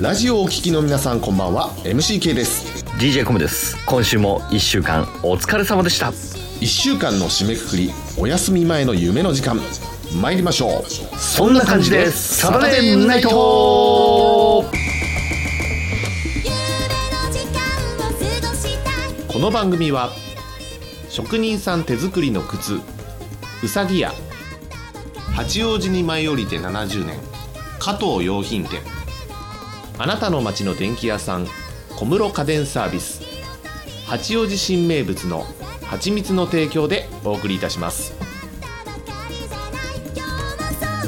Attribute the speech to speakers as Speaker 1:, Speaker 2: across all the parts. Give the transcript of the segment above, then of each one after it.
Speaker 1: ラジオをお聞きの皆さんこんばんは MCK です
Speaker 2: DJ コムです今週も1週間お疲れ様でした
Speaker 1: 1週間の締めくくりお休み前の夢の時間参りましょうそんな感じです
Speaker 2: サタデーナイト
Speaker 3: 夢の時間を過ごしたい
Speaker 1: この番組は職人さん手作りの靴うさぎや八王子に舞い降りて70年加藤洋品店あなたの街の電気屋さん小室家電サービス八王子新名物の蜂蜜の提供でお送りいたします
Speaker 3: たばかりじゃない今日もそんな感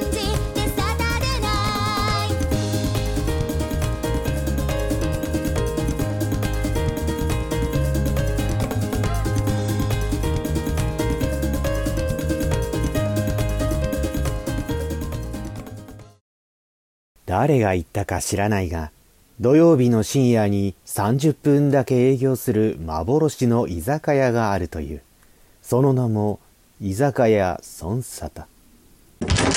Speaker 3: じでサタデーナイト
Speaker 4: 誰が言ったか知らないが、土曜日の深夜に30分だけ営業する幻の居酒屋があるという。その名も、居酒屋孫沙汰。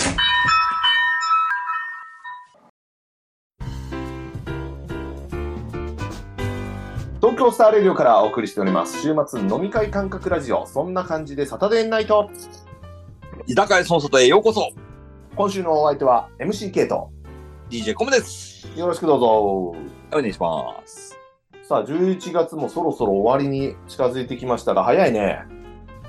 Speaker 1: 東京スターレディオからお送りしております週末飲み会感覚ラジオそんな感じでサタデーナイト
Speaker 5: 居酒屋その外へようこそ
Speaker 1: 今週のお相手は MCK と
Speaker 5: DJ コムです
Speaker 1: よろしくどうぞ
Speaker 5: お願いします
Speaker 1: さあ11月もそろそろ終わりに近づいてきましたが早いね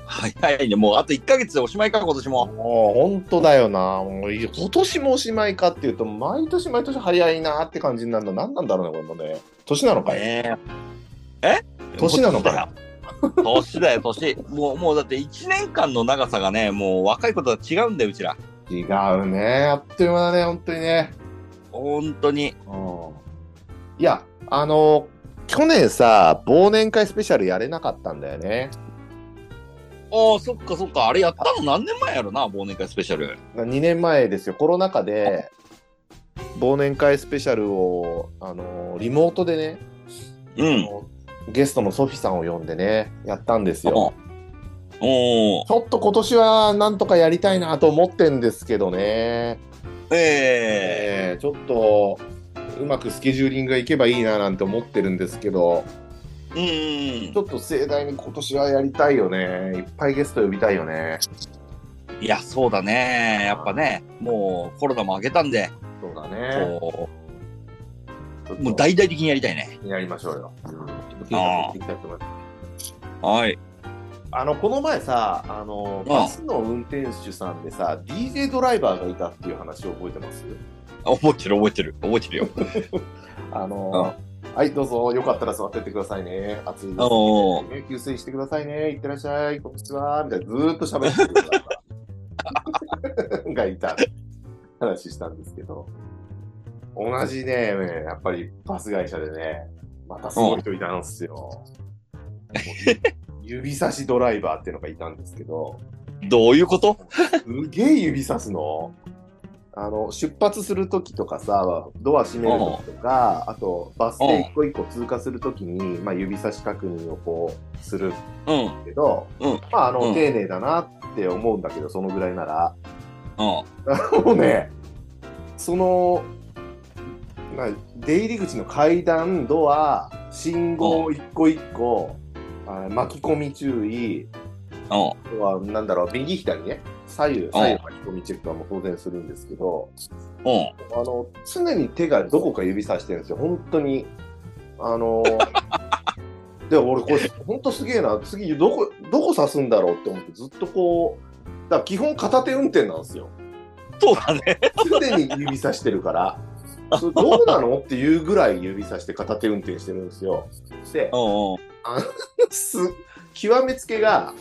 Speaker 5: 早いねもうあと1ヶ月でおしまいか今年も
Speaker 1: もう本当だよなもうい今年もおしまいかっていうと毎年毎年早いなって感じになるの何なんだろうねこれもね年なのかい
Speaker 5: ねえ
Speaker 1: 年なのかよ
Speaker 5: 年だよ年もうもうだって1年間の長さがねもう若い子とは違うんだようちら
Speaker 1: 違うねあっという間だね本当にね
Speaker 5: 本当に
Speaker 1: うんいやあの去年さ忘年会スペシャルやれなかったんだよね
Speaker 5: ああそっかそっかあれやったの何年前やろな忘年会スペシャル
Speaker 1: 2年前ですよコロナ禍で忘年会スペシャルをあのリモートでね
Speaker 5: うん
Speaker 1: ゲストのソフィさんを呼んでねやったんですよ
Speaker 5: おおー
Speaker 1: ちょっと今年はなんとかやりたいなと思ってんですけどね、
Speaker 5: ええ
Speaker 1: えーちょっとうまくスケジューリングがいけばいいななんて思ってるんですけど、
Speaker 5: うん
Speaker 1: ちょっと盛大に今年はやりたいよね、いっぱいゲスト呼びたいよね。
Speaker 5: いやそうだねやっぱねもうコロナも明けたんで
Speaker 1: そうだね、
Speaker 5: こう
Speaker 1: も
Speaker 5: も
Speaker 1: う
Speaker 5: う
Speaker 1: 大
Speaker 5: 大々的にやりたいね
Speaker 1: やりましょうよ。うん、ちょっと計画していきたいと思います。
Speaker 5: はい
Speaker 1: あのこの前さ、あの
Speaker 5: うん
Speaker 1: バスの運転手さんでさ、DJ ドライバーがいたっていう話を覚えてます
Speaker 5: あ覚えてる覚えてる覚えてるよ。
Speaker 1: あのはい、どうぞ、よかったら座ってってくださいね。暑いです、
Speaker 5: あの
Speaker 1: ね。給水してくださいね。いってらっしゃい。こんにちは。みたいな、ずーっと喋ってる方がいた話したんですけど、同じね、やっぱりバス会社でね、またすごい人いたんですよ。 もう指差しドライバーっていうのがいたんですけど、
Speaker 5: どういうこと
Speaker 1: すげえ指さすの。あの出発するときとかさ、ドア閉めるときとか、あとバス停一個一個通過するときに、まあ、指差し確認をこうする
Speaker 5: うん。うん。
Speaker 1: けど、
Speaker 5: うん
Speaker 1: まああの、
Speaker 5: うん
Speaker 1: 丁寧だなって思うんだけど、そのぐらいなら、もうね、その、まあ、出入り口の階段、ドア、信号一個一個、あ巻き込み注意、
Speaker 5: うん。
Speaker 1: あとは、なんだろう、右左ね、左右、左右巻き込みチェックはもう当然するんですけど、
Speaker 5: うん。
Speaker 1: あの、常に手がどこか指さしてるんですよ、本当に。あのーで、俺、これ、本当すげえな、次、どこ、どこ指すんだろうって思って、ずっとこう、だから基本片手運転なんですよ。
Speaker 5: そうだね。
Speaker 1: 常に指さしてるから、それどうなのっていうぐらい指さして片手運転してるんですよ。で、
Speaker 5: うん。
Speaker 1: す極めつけが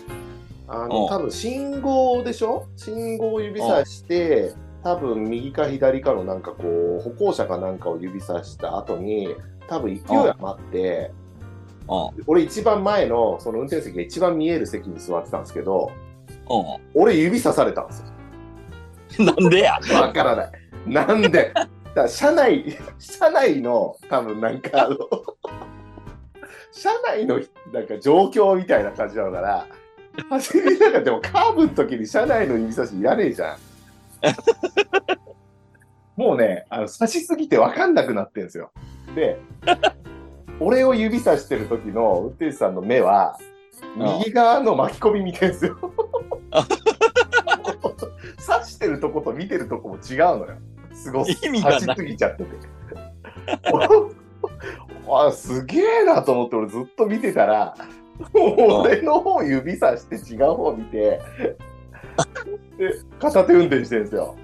Speaker 1: あの
Speaker 5: うん
Speaker 1: 多分信号でしょ信号を指さして多分右か左かのなんかこう歩行者かなんかを指さした後に多分勢い余って
Speaker 5: う
Speaker 1: 俺一番前のその運転席が一番見える席に座ってたんですけど
Speaker 5: ん。
Speaker 1: 俺指さされたんですよ
Speaker 5: うん。なんで や
Speaker 1: わからない。なんでだから車内、車内の、多分なんかあの、車内のなんか状況みたいな感じなのから、走りながら、でもカーブの時に車内の指差しいらねえじゃん。もうね、あの、刺しすぎて分かんなくなってるんですよ。で、俺を指さしてる時の運転手さんの目は、
Speaker 5: うん
Speaker 1: 右側の巻き込み見てるんですよ。刺してるとこと見てるとこも違うのよ。すごい。
Speaker 5: 意味がない
Speaker 1: 刺しすぎちゃってて。 あ、すげえなと思って俺ずっと見てたら、俺の方指さして違う方見て、で、片手運転してるんですよ。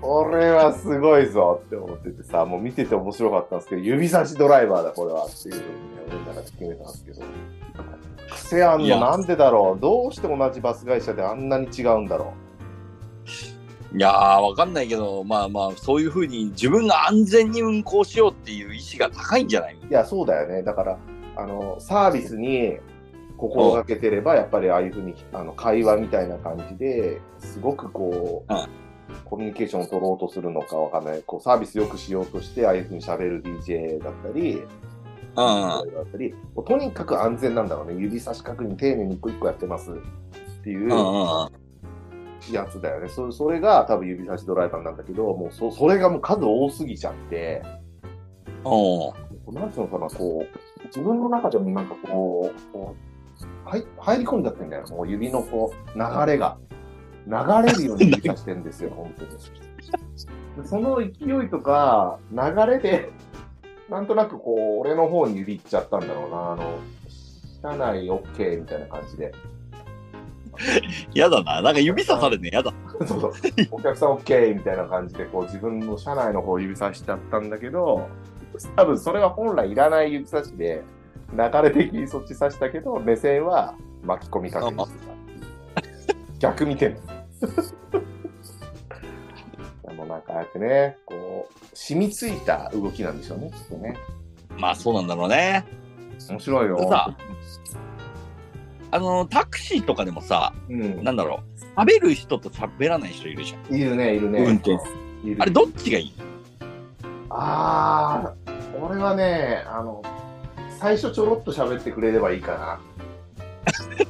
Speaker 1: これはすごいぞって思っててさ、もう見てて面白かったんですけど、指差しドライバーだ、これはっていうふうにね、俺の中で決めたんですけど。癖あん
Speaker 5: い
Speaker 1: の
Speaker 5: や
Speaker 1: なんでだろうどうして同じバス会社であんなに違うんだろ
Speaker 5: いやー、わかんないけど、まあまあ、そういうふうに自分が安全に運行しようっていう意志が高いんじゃないう
Speaker 1: いや、そうだよね。だから、あの、サービスに心がけてれば、やっぱりああいうふうに、あの、会話みたいな感じで、すごくこう、
Speaker 5: うん
Speaker 1: コミュニケーションを取ろうとするのかわかんない。こう、サービスよくしようとして、ああいうふうに喋る DJ だったり、
Speaker 5: うん。
Speaker 1: だったり、もうとにかく安全なんだろうね、指差し確認、丁寧に一個一個やってますっていう
Speaker 5: うんうんうん。
Speaker 1: やつだよね、そそれが多分指差しドライバーなんだけど、もうそそれがもう数多すぎちゃって、
Speaker 5: おう
Speaker 1: なんていうのかな、こう、自分の中でもなんかこう、こう入入り込んじゃってんだよ、もう指のこう流れが。流れるように指差してんですよ、本当に。でその勢いとか、流れで、なんとなくこう、俺の方に指いっちゃったんだろうな、あの、車内 OK みたいな感じで。
Speaker 5: やだな。なんか指さされるね。やだ。
Speaker 1: そうそうお客さん OK みたいな感じでこう自分の社内の方を指さしちゃったんだけど多分それは本来いらない指差しで流れ的にそっち指したけど目線は巻き込みかけにしてたっていう逆見てる でもなんかああやってねこう染みついた動きなんでしょうねきっとね
Speaker 5: まあそうなんだろうね。
Speaker 1: 面白いよ
Speaker 5: さあの、タクシーとかでもさ、
Speaker 1: うん
Speaker 5: なんだろう。喋る人と喋らない人いるじゃん。
Speaker 1: いるねいるね
Speaker 5: 運転
Speaker 1: いる
Speaker 5: あれ、どっちがい い
Speaker 1: ああ、俺はね、あの、最初ちょろっと喋ってくれればいいか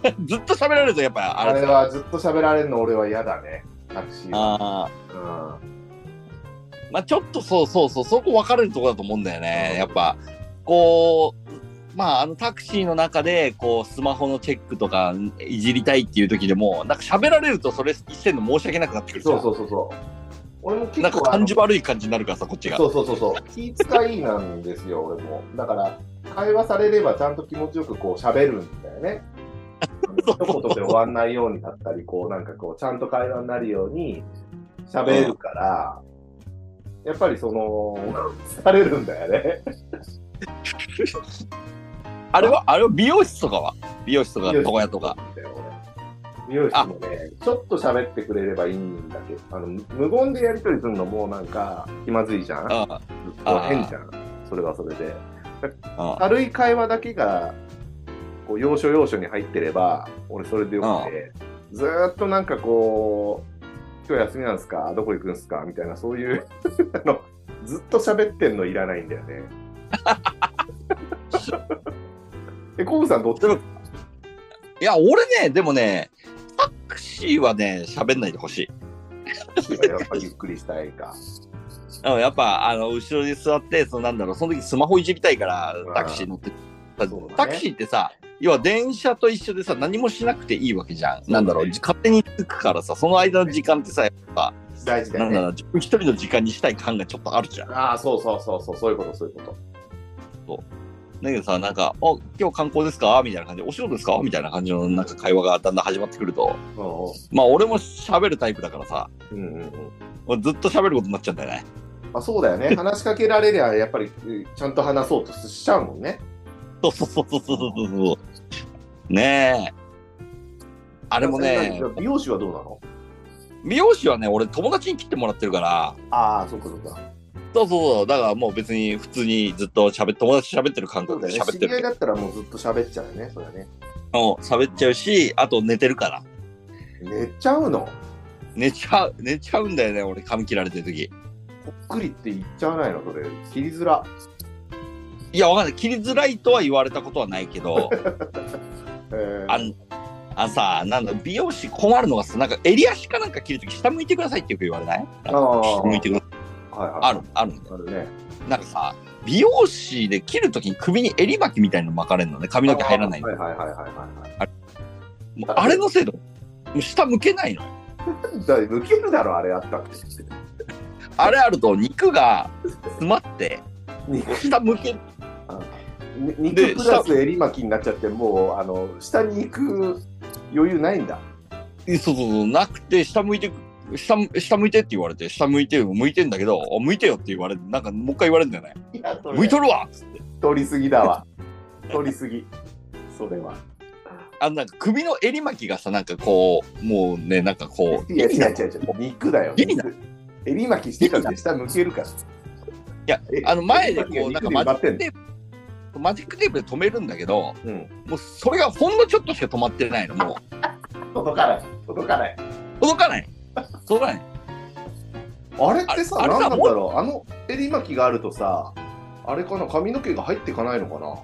Speaker 1: な。
Speaker 5: ずっと喋られるとやっぱ
Speaker 1: あ
Speaker 5: あれ
Speaker 1: れ
Speaker 5: だ
Speaker 1: はずっと喋られるの俺は嫌だね、タクシーは。
Speaker 5: あ
Speaker 1: うん
Speaker 5: ーまあちょっとそうそうそうそこ分かれるとこだと思うんだよねやっぱこうまああのタクシーの中でこうスマホのチェックとかいじりたいっていう時でもなんか喋られるとそれ一線の申し訳なくなってくるじゃ
Speaker 1: そ
Speaker 5: ん
Speaker 1: うそうそうそう。俺も結構
Speaker 5: なんか
Speaker 1: あの
Speaker 5: 感じ悪い感じになるからさこっちが
Speaker 1: そうそうそうそう。気遣いなんですよ、俺も。だから、会話されればちゃんと気持ちよくこう喋るんだよ ね。一言で終わんないようにだったり、こうなんかこう、ちゃんと会話になるように喋るから、やっぱりその、 されるんだよね。
Speaker 5: あれはあれは美容室とかは美容室とか床屋とか
Speaker 1: 美容室もね、ちょっと喋ってくれればいいんだけど、あの無言でやり取りするのもうなんか気まずいじゃん。ずっ
Speaker 5: あ
Speaker 1: と変じゃん。それはそれで。
Speaker 5: あ
Speaker 1: 軽い会話だけが、こう、要所要所に入ってれば、俺それでよくて、ずーっとなんかこう、今日休みなんですかどこ行くんすかみたいな、そういう、 あの、ずっと喋ってんのいらないんだよ ね。え、コブさんどっち
Speaker 5: いや俺ねでもねタクシーはね喋んないでほしい
Speaker 1: やっぱりゆっくりしたいか。
Speaker 5: うん、やっぱあの後ろに座ってそのなんだろうその時スマホいじりたいから
Speaker 1: うん
Speaker 5: タクシー乗って、
Speaker 1: そうだね
Speaker 5: タクシーってさ要は電車と一緒でさ何もしなくていいわけじゃん、なんだろうじ勝手に着くからさその間の時間ってさやっぱ、
Speaker 1: 大事だ
Speaker 5: な
Speaker 1: よ
Speaker 5: んだ
Speaker 1: ね。
Speaker 5: ろう自分一人の時間にしたい感がちょっとあるじゃん
Speaker 1: ああ、そうそうそうそう、そういうこと、そういうこと。
Speaker 5: だけどさなんか「お今日観光ですか?」みたいな感じで「お仕事ですか?」みたいな感じのなんか会話がだんだん始まってくるとまあ俺も喋るタイプだからさ
Speaker 1: うんうんうん。
Speaker 5: もうずっと喋ることになっちゃうんだよね
Speaker 1: まあ、そうだよ ね。話しかけられりゃ、やっぱり、うんちゃんと話そうとしちゃうもんね。
Speaker 5: そうそうそうそうそうそうそうねえあれもね
Speaker 1: じゃあ美容師はどうなの
Speaker 5: 美容師はね俺友達に切ってもらってるから
Speaker 1: ああ、そっかそっか。
Speaker 5: そうそうそうだからもう別に普通にずっと喋っ友達と喋ってる感
Speaker 1: そうだ
Speaker 5: 覚で
Speaker 1: よね。
Speaker 5: 喋
Speaker 1: 知
Speaker 5: って
Speaker 1: り合い
Speaker 5: る
Speaker 1: だったらもうずっと喋っちゃうよね、そうだね。
Speaker 5: うん喋っちゃうしあと寝てるから
Speaker 1: 寝ちゃうの
Speaker 5: 寝ちゃう寝ちゃうんだよね俺髪切られてる時
Speaker 1: ぽっくりって言っちゃわないの、それ。切りづら。
Speaker 5: いやわかんない切りづらいとは言われたことはないけど
Speaker 1: えー
Speaker 5: あのあのさ、なんだ、美容師困るのがさ、なんか襟足かなんか切るとき、下向いてくださいってよく言われないなんか
Speaker 1: あー
Speaker 5: 下向いてください。
Speaker 1: はいはい。
Speaker 5: ある、あるんだよ。
Speaker 1: あるね。
Speaker 5: なんかさ、美容師で切るときに首に襟巻きみたいなの巻かれるのね、髪の毛入らないの。
Speaker 1: はいはいはいはいはい
Speaker 5: もうあれのせいだもんもう下向けないのよ。
Speaker 1: はい。だって抜けるだろ、あれあったって。
Speaker 5: あれあると肉が詰まって、こう下向ける。
Speaker 1: に
Speaker 5: で
Speaker 1: 肉プラス襟巻きになっちゃって、もう、あの、下に行く余裕ないんだ。
Speaker 5: そうそうそう、なくて、下向いてく。下下向いてって言われて、下向いてよ、向いてんだけど、あ向いてよって言われて、なんかもう一回言われるんだよね。
Speaker 1: いや、それ
Speaker 5: 向いとるわ
Speaker 1: 取りすぎだわ。取りすぎ。それは。
Speaker 5: あのなんか首の襟巻きがさ、なんかこう、もうね、なんかこう、
Speaker 1: いや、違う
Speaker 5: い
Speaker 1: 違う違う。肉だよ。
Speaker 5: いいな
Speaker 1: 肉襟巻きしてたって下向けるから。
Speaker 5: や
Speaker 1: え、
Speaker 5: あの前でこう、
Speaker 1: 襟
Speaker 5: な
Speaker 1: 巻
Speaker 5: んか
Speaker 1: き
Speaker 5: マ
Speaker 1: が
Speaker 5: ジ
Speaker 1: 肉で埋まって
Speaker 5: ッ
Speaker 1: ん
Speaker 5: クテープ、マジックテープで止めるんだけど、
Speaker 1: うん。
Speaker 5: もうそれがほんのちょっとしか止まってないの、も
Speaker 1: 届かない。届かない。
Speaker 5: う。届かない。届かない。
Speaker 1: あれってさ、
Speaker 5: あ
Speaker 1: な
Speaker 5: れ
Speaker 1: ん
Speaker 5: さ
Speaker 1: なんだろう。あの襟巻きがあるとさ、あれかな、髪の毛が入っていかないのかな。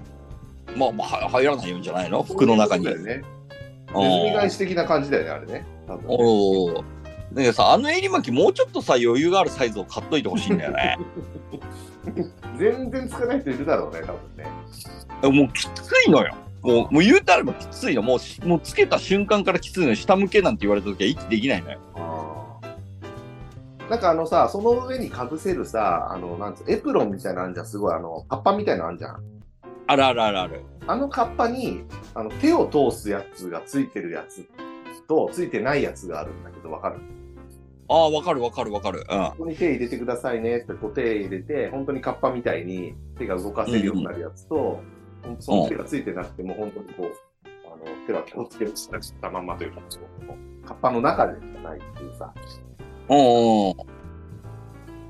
Speaker 5: まあ、まあ、は入らないんじゃないの服の中に。
Speaker 1: そう
Speaker 5: ネ
Speaker 1: いうことだよね。
Speaker 5: お
Speaker 1: ネズミ返し的な感じだよね、あれね。多分ね
Speaker 5: おーだけどさ、あの襟巻き、もうちょっとさ、余裕があるサイズを買っといてほしいんだよ ね。
Speaker 1: 全然つかない人いるだろうね、多分ね。
Speaker 5: もうきついのよ。もうもう言うたらばきついの。もうし、もうつけた瞬間からきついのよ。下向けなんて言われた時は息できないのよ。
Speaker 1: あーなんかあのさ、その上にかぶせるさ、あの、なんつうエプロンみたいなのあんじゃん、すごい、あの、カッパみたいなのあんじゃん。
Speaker 5: あるあるあるある。
Speaker 1: あのカッパに、あの、手を通すやつがついてるやつと、ついてないやつがあるんだけど、わかる
Speaker 5: ああ、わかるわかるわかる。うん。
Speaker 1: ここに手入れてくださいねって、こう手入れて、本当にカッパみたいに手が動かせるようになるやつと、ほんとその手がついてなくても、本当にこう、あの、手は気をつけるししたまんまというか、こうカッパの中でしかないっていうさ、
Speaker 5: おー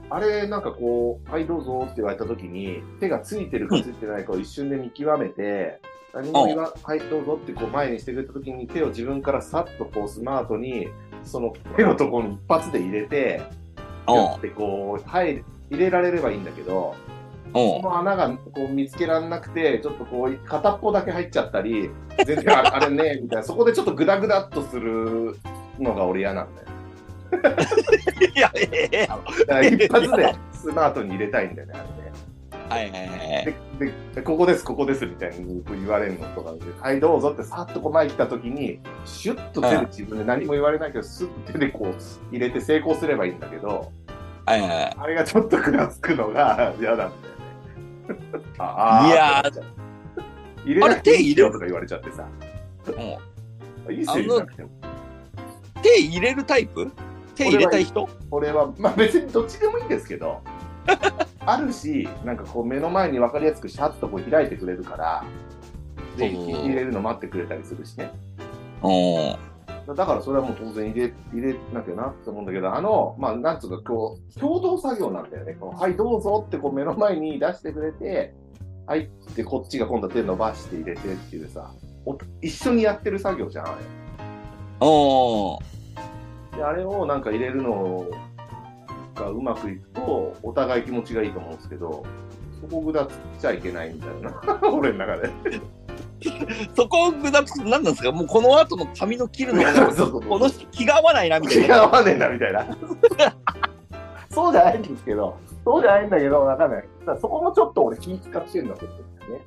Speaker 1: あれ、なんかこう、はい、どうぞって言われたときに、手がついてるかついてないかを一瞬で見極めて、何も言わ、はい、どうぞってこう前にしてくれたときに、手を自分からさっとこうスマートに、その手のところに一発で入れて、やってこう、入れ入れられればいいんだけど、
Speaker 5: お
Speaker 1: この穴がこう見つけられなくて、ちょっとこう、片っぽだけ入っちゃったり、全然ああれね、みたいな、そこでちょっとグダグダっとするのが俺嫌なんだよ。
Speaker 5: ーいや、ええやろ
Speaker 1: だから一発でスマートに入れたいんだよね、あれね。
Speaker 5: はいはいはい。
Speaker 1: でで、ここです、ここですみたいにこう言われるのとかで、はい、どうぞってさっとこう前来た時に、シュッと手で自分で何も言われないけど、すっと手でこう入れて成功すればいいんだけど、
Speaker 5: はいはいはい。
Speaker 1: あれがちょっとくらつくのが 嫌なんだよね。あ
Speaker 5: いやー
Speaker 1: ーってなっちゃう入れなくていいよとか言われちゃってさ、
Speaker 5: も
Speaker 1: いいっすよ、入れなくても。
Speaker 5: う手入れるタイプ手入れたい人
Speaker 1: 俺は、まあ別にどっちでもいいんですけ ど、あるし、なんかこう目の前に分かりやすくシャッとこう開いてくれるから、で、
Speaker 5: そうそう
Speaker 1: 入れるの待ってくれたりするしね。
Speaker 5: おー
Speaker 1: だだからそれはもう当然入れ入れなきゃなって思うんだけど、あの、まあ、なんつうか、こう、共同作業なんだよね。こうはい、どうぞってこう目の前に出してくれて、はいってこっちが今度手伸ばして入れてっていうさ、お一緒にやってる作業じゃん、あ
Speaker 5: おー
Speaker 1: れ。で、あれをなんか入れるのがうまくいくと、お互い気持ちがいいと思うんですけど、そこぐだつっちゃいけないみたいな、 俺の中で。
Speaker 5: そこをぐだつ、なんなんですかもうこの後の髪の切るの
Speaker 1: そう
Speaker 5: が、
Speaker 1: そうそう
Speaker 5: この人気が合わないなみたい
Speaker 1: 違う
Speaker 5: な。
Speaker 1: わかんねえなみたいな。 そうじゃないんですけど、そうじゃないんだけど、わかんない。だからそこもちょっと俺気使ってるんだと思うんですよね。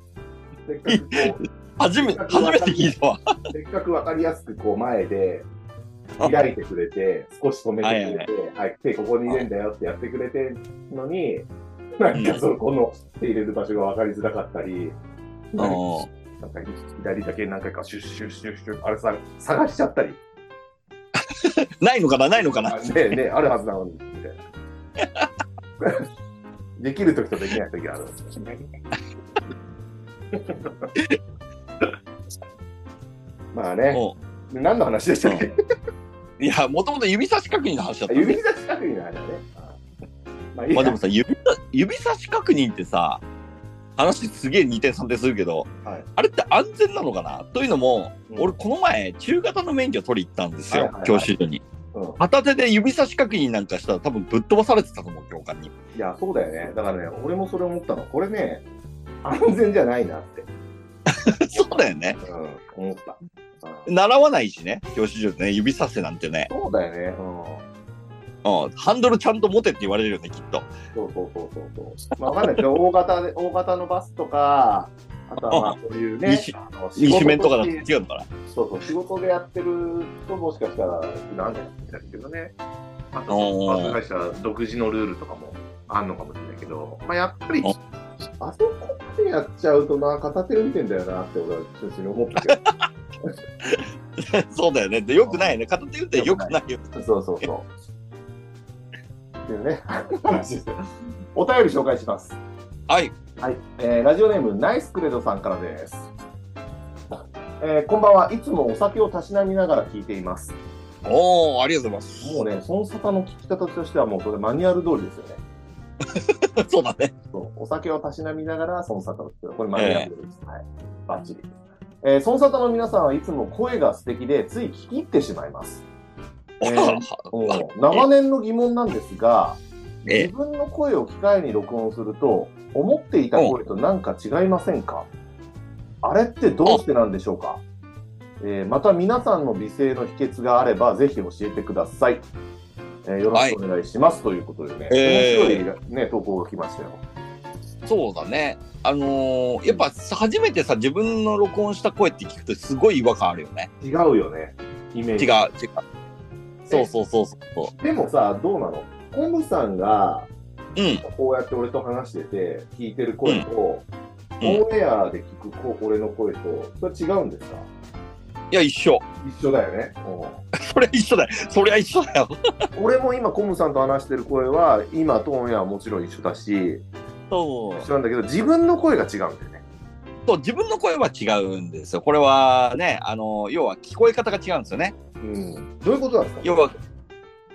Speaker 1: せっかくこ
Speaker 5: 初めて、初めて聞いたわ。
Speaker 1: う、 せっかくわかりやすくこう前で開いてくれて、少し止めてくれて、はい、手ここに入れんだよってやってくれてるのに、なんかそこの手入れる場所がわかりづらかったり、
Speaker 5: おおー
Speaker 1: なんか左だけ何回かシュッシュッシュッシュッ、あれさ、探しちゃったり。
Speaker 5: ないのかなないのかな
Speaker 1: あねねあるはずなのに、 みたいな。できるときとできないときあるんですよね。まあね、
Speaker 5: おう
Speaker 1: 何の話でしたっけ
Speaker 5: いや、もともと指差し確認の話だったんだよ。
Speaker 1: 指差し確認の話だね。あまあいい
Speaker 5: まあで
Speaker 1: や
Speaker 5: も、さ指さ指差し確認ってさ話すげえ2点3点するけど、
Speaker 1: はい
Speaker 5: あれって安全なのかなというのも、
Speaker 1: うん
Speaker 5: 俺この前中型の免許取り行ったんですよ、
Speaker 1: はいはいはい
Speaker 5: 教習所に
Speaker 1: うん
Speaker 5: 片手で指差し確認なんかしたら多分ぶっ飛ばされてたと思う教官に
Speaker 1: いや、そうだよね。だからね、俺もそれ思ったの。これね、安全じゃないなって。
Speaker 5: そうだよね
Speaker 1: うん、思った。
Speaker 5: 習わないしね、教習所でね、指させなんてね。
Speaker 1: そうだよね。うん。
Speaker 5: うん、ハンドルちゃんと持てって言われるよね、きっと。
Speaker 1: そうそうそうそうそう。まあ、わかんない ですよ。大型で、大型のバスとか、あとはまあそういうね
Speaker 5: 西、
Speaker 1: あの仕事
Speaker 5: 二種面とかだ
Speaker 1: と
Speaker 5: と
Speaker 1: して
Speaker 5: 違うのかな。
Speaker 1: そうそう、仕事でやってると、もしかしたら、なんでやってたりするけどね。あと、
Speaker 5: おー
Speaker 1: バス会社独自のルールとかもあんのかもしれないけど、まあ、やっぱり
Speaker 5: お、
Speaker 1: あそこでやっちゃうとな、片手運転だよなって俺は純粋に思った け
Speaker 5: そうだよね。で、よくないね。片手打ってよくないよ。
Speaker 1: ど。そうそうそう。っていうね、話です。お便り紹介します。
Speaker 5: はい。
Speaker 1: はい、えーラジオネームナイスクレドさんからです、えーこんばんはいつもお酒をたしなみながら聞いています
Speaker 5: おー、ありがとうございます。
Speaker 1: もうねその方の聞き方としてはもうこれマニュアル通りですよね
Speaker 5: そうだね。
Speaker 1: そうお酒をたしなみながら、孫沙汰を作る。これ、マニアックです。はい。バッチリです。えー、孫沙汰の皆さんはいつも声が素敵で、つい聞き入ってしまいます。え ーもう長年の疑問なんですが、
Speaker 5: ええ
Speaker 1: 自分の声を機械に録音すると、思っていた声となんか違いませんかあれってどうしてなんでしょうかえーまた皆さんの美声の秘訣があれば、ぜひ教えてください。えーよろしくお願いします、ということでね、
Speaker 5: ええ
Speaker 1: 面白い、ね、投稿が来ましたよ。
Speaker 5: そうだね。あのーやっぱさ初めてさ、自分の録音した声って聞くとすごい違和感あるよね。
Speaker 1: 違うよね。イメー
Speaker 5: 違う、違
Speaker 1: ジ。
Speaker 5: う。そうそうそうそう。
Speaker 1: でもさ、どうなのコムさんが、
Speaker 5: うん。
Speaker 1: こうやって俺と話してて、聞いてる声と、オ
Speaker 5: うん
Speaker 1: ンエアで聞くこ俺の声と、それ違うんですか
Speaker 5: いや、一緒。
Speaker 1: 一緒だよね。
Speaker 5: そりゃ一緒だよ。そりゃ一緒だよ。
Speaker 1: 俺も今、コムさんと話してる声は、今とオンエアはもちろん一緒だし、
Speaker 5: そ
Speaker 1: 一緒なんだけど、自分の声が違うんだよね。
Speaker 5: う。そう、自分の声は違うんですよ。これはね、あのー要は聞こえ方が違うんですよね。
Speaker 1: うん。どういうことなんですか
Speaker 5: 要は、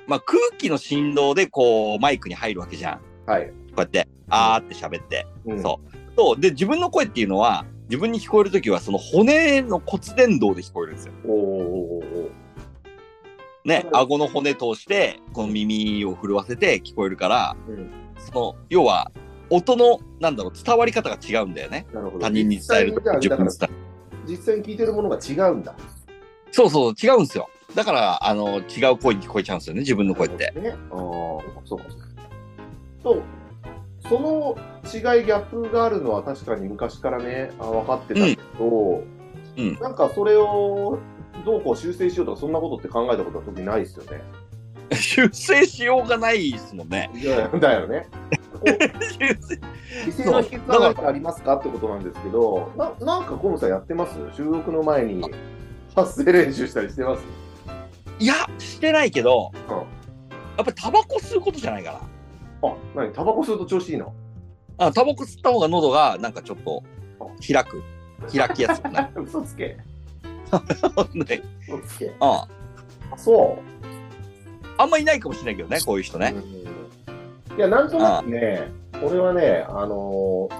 Speaker 5: まあ、空気の振動でこう、マイクに入るわけじゃん。こ
Speaker 1: はい。
Speaker 5: うやって、あーって喋って。
Speaker 1: うん
Speaker 5: そそう。で、自分の声っていうのは、自分に聞こえるときは、その骨の骨伝導で聞こえるんですよ。
Speaker 1: おーおーおーおー
Speaker 5: ね、
Speaker 1: はい
Speaker 5: 顎の骨通して、この耳を震わせて聞こえるから、
Speaker 1: うん
Speaker 5: その、要は、音の、なんだろう、伝わり方が違うんだよね。
Speaker 1: なるほど。
Speaker 5: 他人に伝えると
Speaker 1: 実際に
Speaker 5: 自
Speaker 1: じゃあ
Speaker 5: 分に
Speaker 1: だか
Speaker 5: 伝える。
Speaker 1: ら実際に聞いてるものが違うんだ。
Speaker 5: そうそう、違うんですよ。だから、あの、違う声に聞こえちゃうんですよね、自分の声って。
Speaker 1: ね。ああ、そうかそうか。と、その違い、ギャップがあるのは確かに昔からね、あ分かってたけど、
Speaker 5: うんうん
Speaker 1: なんかそれをどうこう修正しようとか、そんなことって考えたことは特にないですよね。
Speaker 5: 修正しようがないですもんね。
Speaker 1: いやだよね。
Speaker 5: 修正
Speaker 1: 理性の秘訣は何かありますかってことなんですけど、ななんか河野さんやってます収録の前に発声練習したりしてます
Speaker 5: いや、してないけど、
Speaker 1: うん
Speaker 5: やっぱりタバコ吸うことじゃないか
Speaker 1: あ、何タバコ吸うと調子いいの
Speaker 5: な。あタバコ吸った方が喉が、なんかちょっと、開く。開きやすく なる。
Speaker 1: 嘘つけ。
Speaker 5: ね
Speaker 1: 嘘つけ。
Speaker 5: あ
Speaker 1: あそう。
Speaker 5: あんまいないかもしれないけどね、こういう人ね。
Speaker 1: うんいや、なんとなくね、俺はね、あのー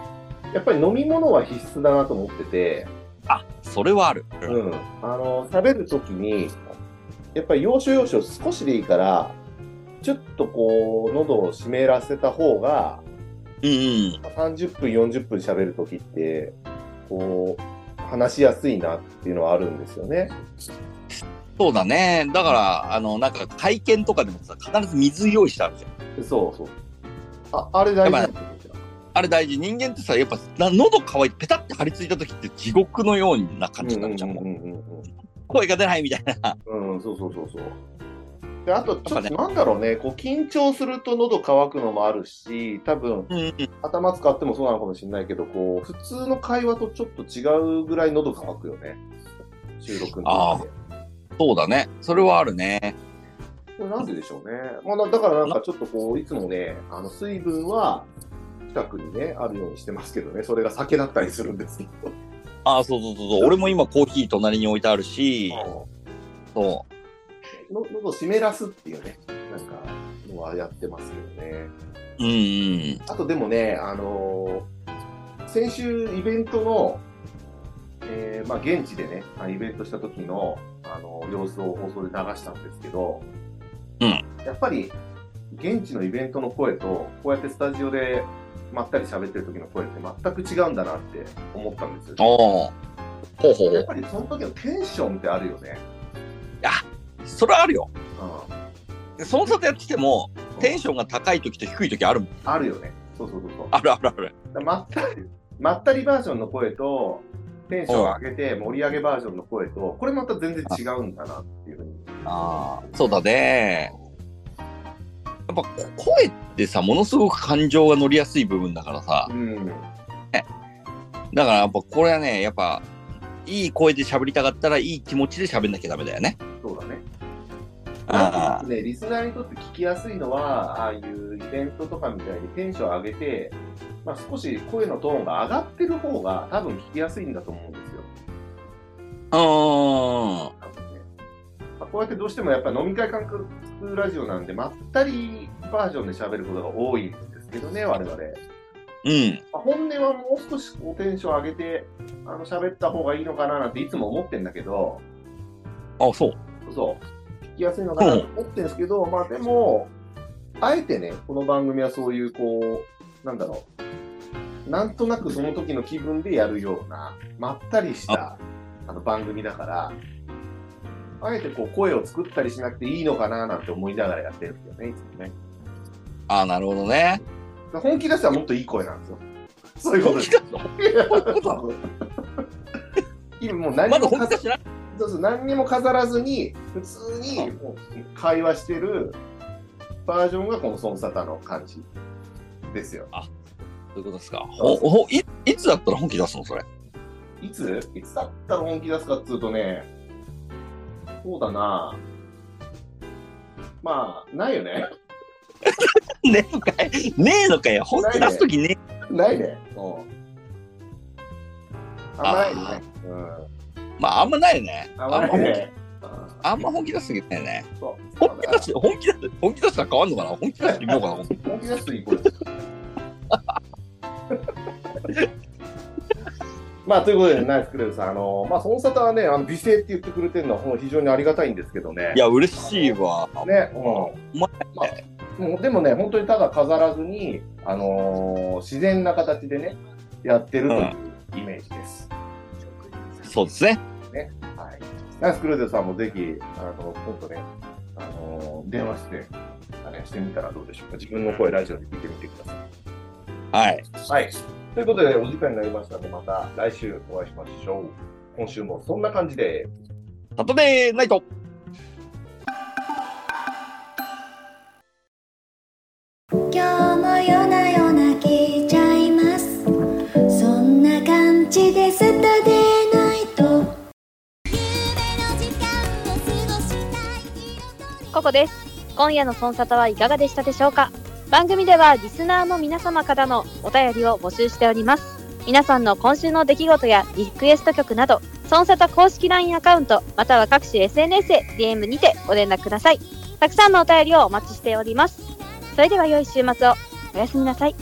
Speaker 1: やっぱり飲み物は必須だなと思ってて、
Speaker 5: あ、それはある。
Speaker 1: うん。あのー食べるときに、やっぱり要所要所少しでいいから、ちょっとこう、喉を湿らせた方が、
Speaker 5: うんうん。
Speaker 1: 30分、40分喋るときって、こう、話しやすいなっていうのはあるんですよね。
Speaker 5: そうだね。だから、あの、なんか会見とかでもさ、必ず水用意してあるじゃん。
Speaker 1: そうそう。あ、あれ大事なんですよ。
Speaker 5: あれ大事。人間ってさ、やっぱ、な喉乾いて、ペタって張り付いた時って地獄のような感じになるじゃん。もう
Speaker 1: うんうんうんうんうん
Speaker 5: 声が出ないみたいな。
Speaker 1: うん、そうそうそうそう。で、あと、ちょっ
Speaker 5: やっぱね
Speaker 1: となんだろうね、こう緊張すると喉乾くのもあるし、多分
Speaker 5: うんうん。
Speaker 1: 頭使ってもそうなのかもしれないけど、こう普通の会話とちょっと違うぐらい喉乾くよね。収録の時って。
Speaker 5: そうだね。それはあるね。
Speaker 1: これなんででしょうね。まあ、なだからなんかちょっとこう、いつもね、あの水分は近くにね、あるようにしてますけどね、それが酒だったりするんですけど。
Speaker 5: ああ、そうそうそうそう。俺も今コーヒー隣に置いてあるし、そう。
Speaker 1: の喉を湿らすっていうね、なんか、のはやってますけどね。
Speaker 5: うんうん。
Speaker 1: あとでもね、あのー先週イベントの、えーまあ、現地でね、あイベントした時の、あのー様子を放送で流したんですけど、
Speaker 5: うん
Speaker 1: やっぱり現地のイベントの声と、こうやってスタジオでまったり喋ってる時の声って全く違うんだなって思ったんですよ。
Speaker 5: おーほうほうほ
Speaker 1: やっ
Speaker 5: う。
Speaker 1: ぱりその時のテンションってあるよね。
Speaker 5: それはあるよ。
Speaker 1: うん。
Speaker 5: その里やってても、テンションが高い時と低い時あるもん。
Speaker 1: あるよね。そうそうそうそう。
Speaker 5: あるあるある。
Speaker 1: だからまったり、まったりバージョンの声と、テンション上げて盛り上げバージョンの声と、これまた全然違うんだなっていうふうに。
Speaker 5: ああ、そうだね。やっぱ声ってさ、ものすごく感情が乗りやすい部分だからさ
Speaker 1: う、ん。
Speaker 5: だからやっぱこれはね、やっぱ、いい声で喋りたかったら、いい気持ちで喋んなきゃダメだよね。
Speaker 1: そうだね。
Speaker 5: あ
Speaker 1: ね、リスナーにとって聞きやすいのは、ああいうイベントとかみたいにテンション上げて、まあ、少し声のトーンが上がってる方が多分聞きやすいんだと思うんですよ。
Speaker 5: あ、うん。
Speaker 1: 多分ねまあこうやってどうしてもやっぱ飲み会感覚ラジオなんで、まったりバージョンで喋ることが多いんですけどね、我々。
Speaker 5: うん。
Speaker 1: まあ本音はもう少しこうテンション上げて、あの喋った方がいいのかななんていつも思ってんだけど、
Speaker 5: あそう。
Speaker 1: そう、聞きやすいのかなと思ってんですけど、まあでも、あえてね、この番組はそういう、こう、なんだろう、なんとなくその時の気分でやるような、まったりしたあの番組だから、あえてこう声を作ったりしなくていいのかななんて思いながらやってるんですよね、いつもね。
Speaker 5: ああ、なるほどね。
Speaker 1: だから本気出したらもっといい声なんですよ。そういうこと
Speaker 5: 本
Speaker 1: です
Speaker 5: 気。だぞ
Speaker 1: 今もう何
Speaker 5: まだ
Speaker 1: も
Speaker 5: 本気
Speaker 1: 飾
Speaker 5: だしない。
Speaker 1: そうそう何にも飾らずに普通にもう会話してるバージョンがこの孫沙汰の感じですよ。
Speaker 5: そういうことですか。ほ、ほ、い、いつだったら本気出すのそれ。
Speaker 1: いついつだったら本気出すかっつうとね、そうだなまあ、ないよね。
Speaker 5: ねえのかい。ねえのかい。本気出すときね
Speaker 1: ないね。うん。あ、ないね。
Speaker 5: まあ、あんまないね。
Speaker 1: うん。あ、ないね。
Speaker 5: あんま本気出すぎないね。
Speaker 1: うんそう
Speaker 5: 本気出し、本気出す、本気出したら変わんのかな本気出してみようかな。
Speaker 1: 本気出すといい声 まあということで、ナイスクレールさん、あのまあ、その方はね、あの美声って言ってくれてるのはほんと非常にありがたいんですけどね。
Speaker 5: いや、嬉しいわ。
Speaker 1: ね、うん。
Speaker 5: ま
Speaker 1: まあもうでもね、本当にただ飾らずに、あのー自然な形でね、やってるというイメージです。
Speaker 5: そうですね。
Speaker 1: はい。ナイスクルーズさんもぜひ、あの、ちょっとね、あの、電話して、あれしてみたらどうでしょうか。自分の声、ラジオで聞いてみてくださ
Speaker 5: はい。
Speaker 1: い。はい。ということで、お時間になりましたので、また来週お会いしましょう。今週もそんな感じで、
Speaker 5: サタデーナイト。
Speaker 3: 今日も夜な夜な聞いちゃいますそんな感じでスタデーナイト
Speaker 6: ここです。今夜のソンサタはいかがでしたでしょうか番組ではリスナーの皆様からのお便りを募集しております。皆さんの今週の出来事やリクエスト曲など、ソンサタ公式 LINE アカウント、または各種 SNS へ DM にてご連絡ください。たくさんのお便りをお待ちしております。それでは良い週末を。おやすみなさい。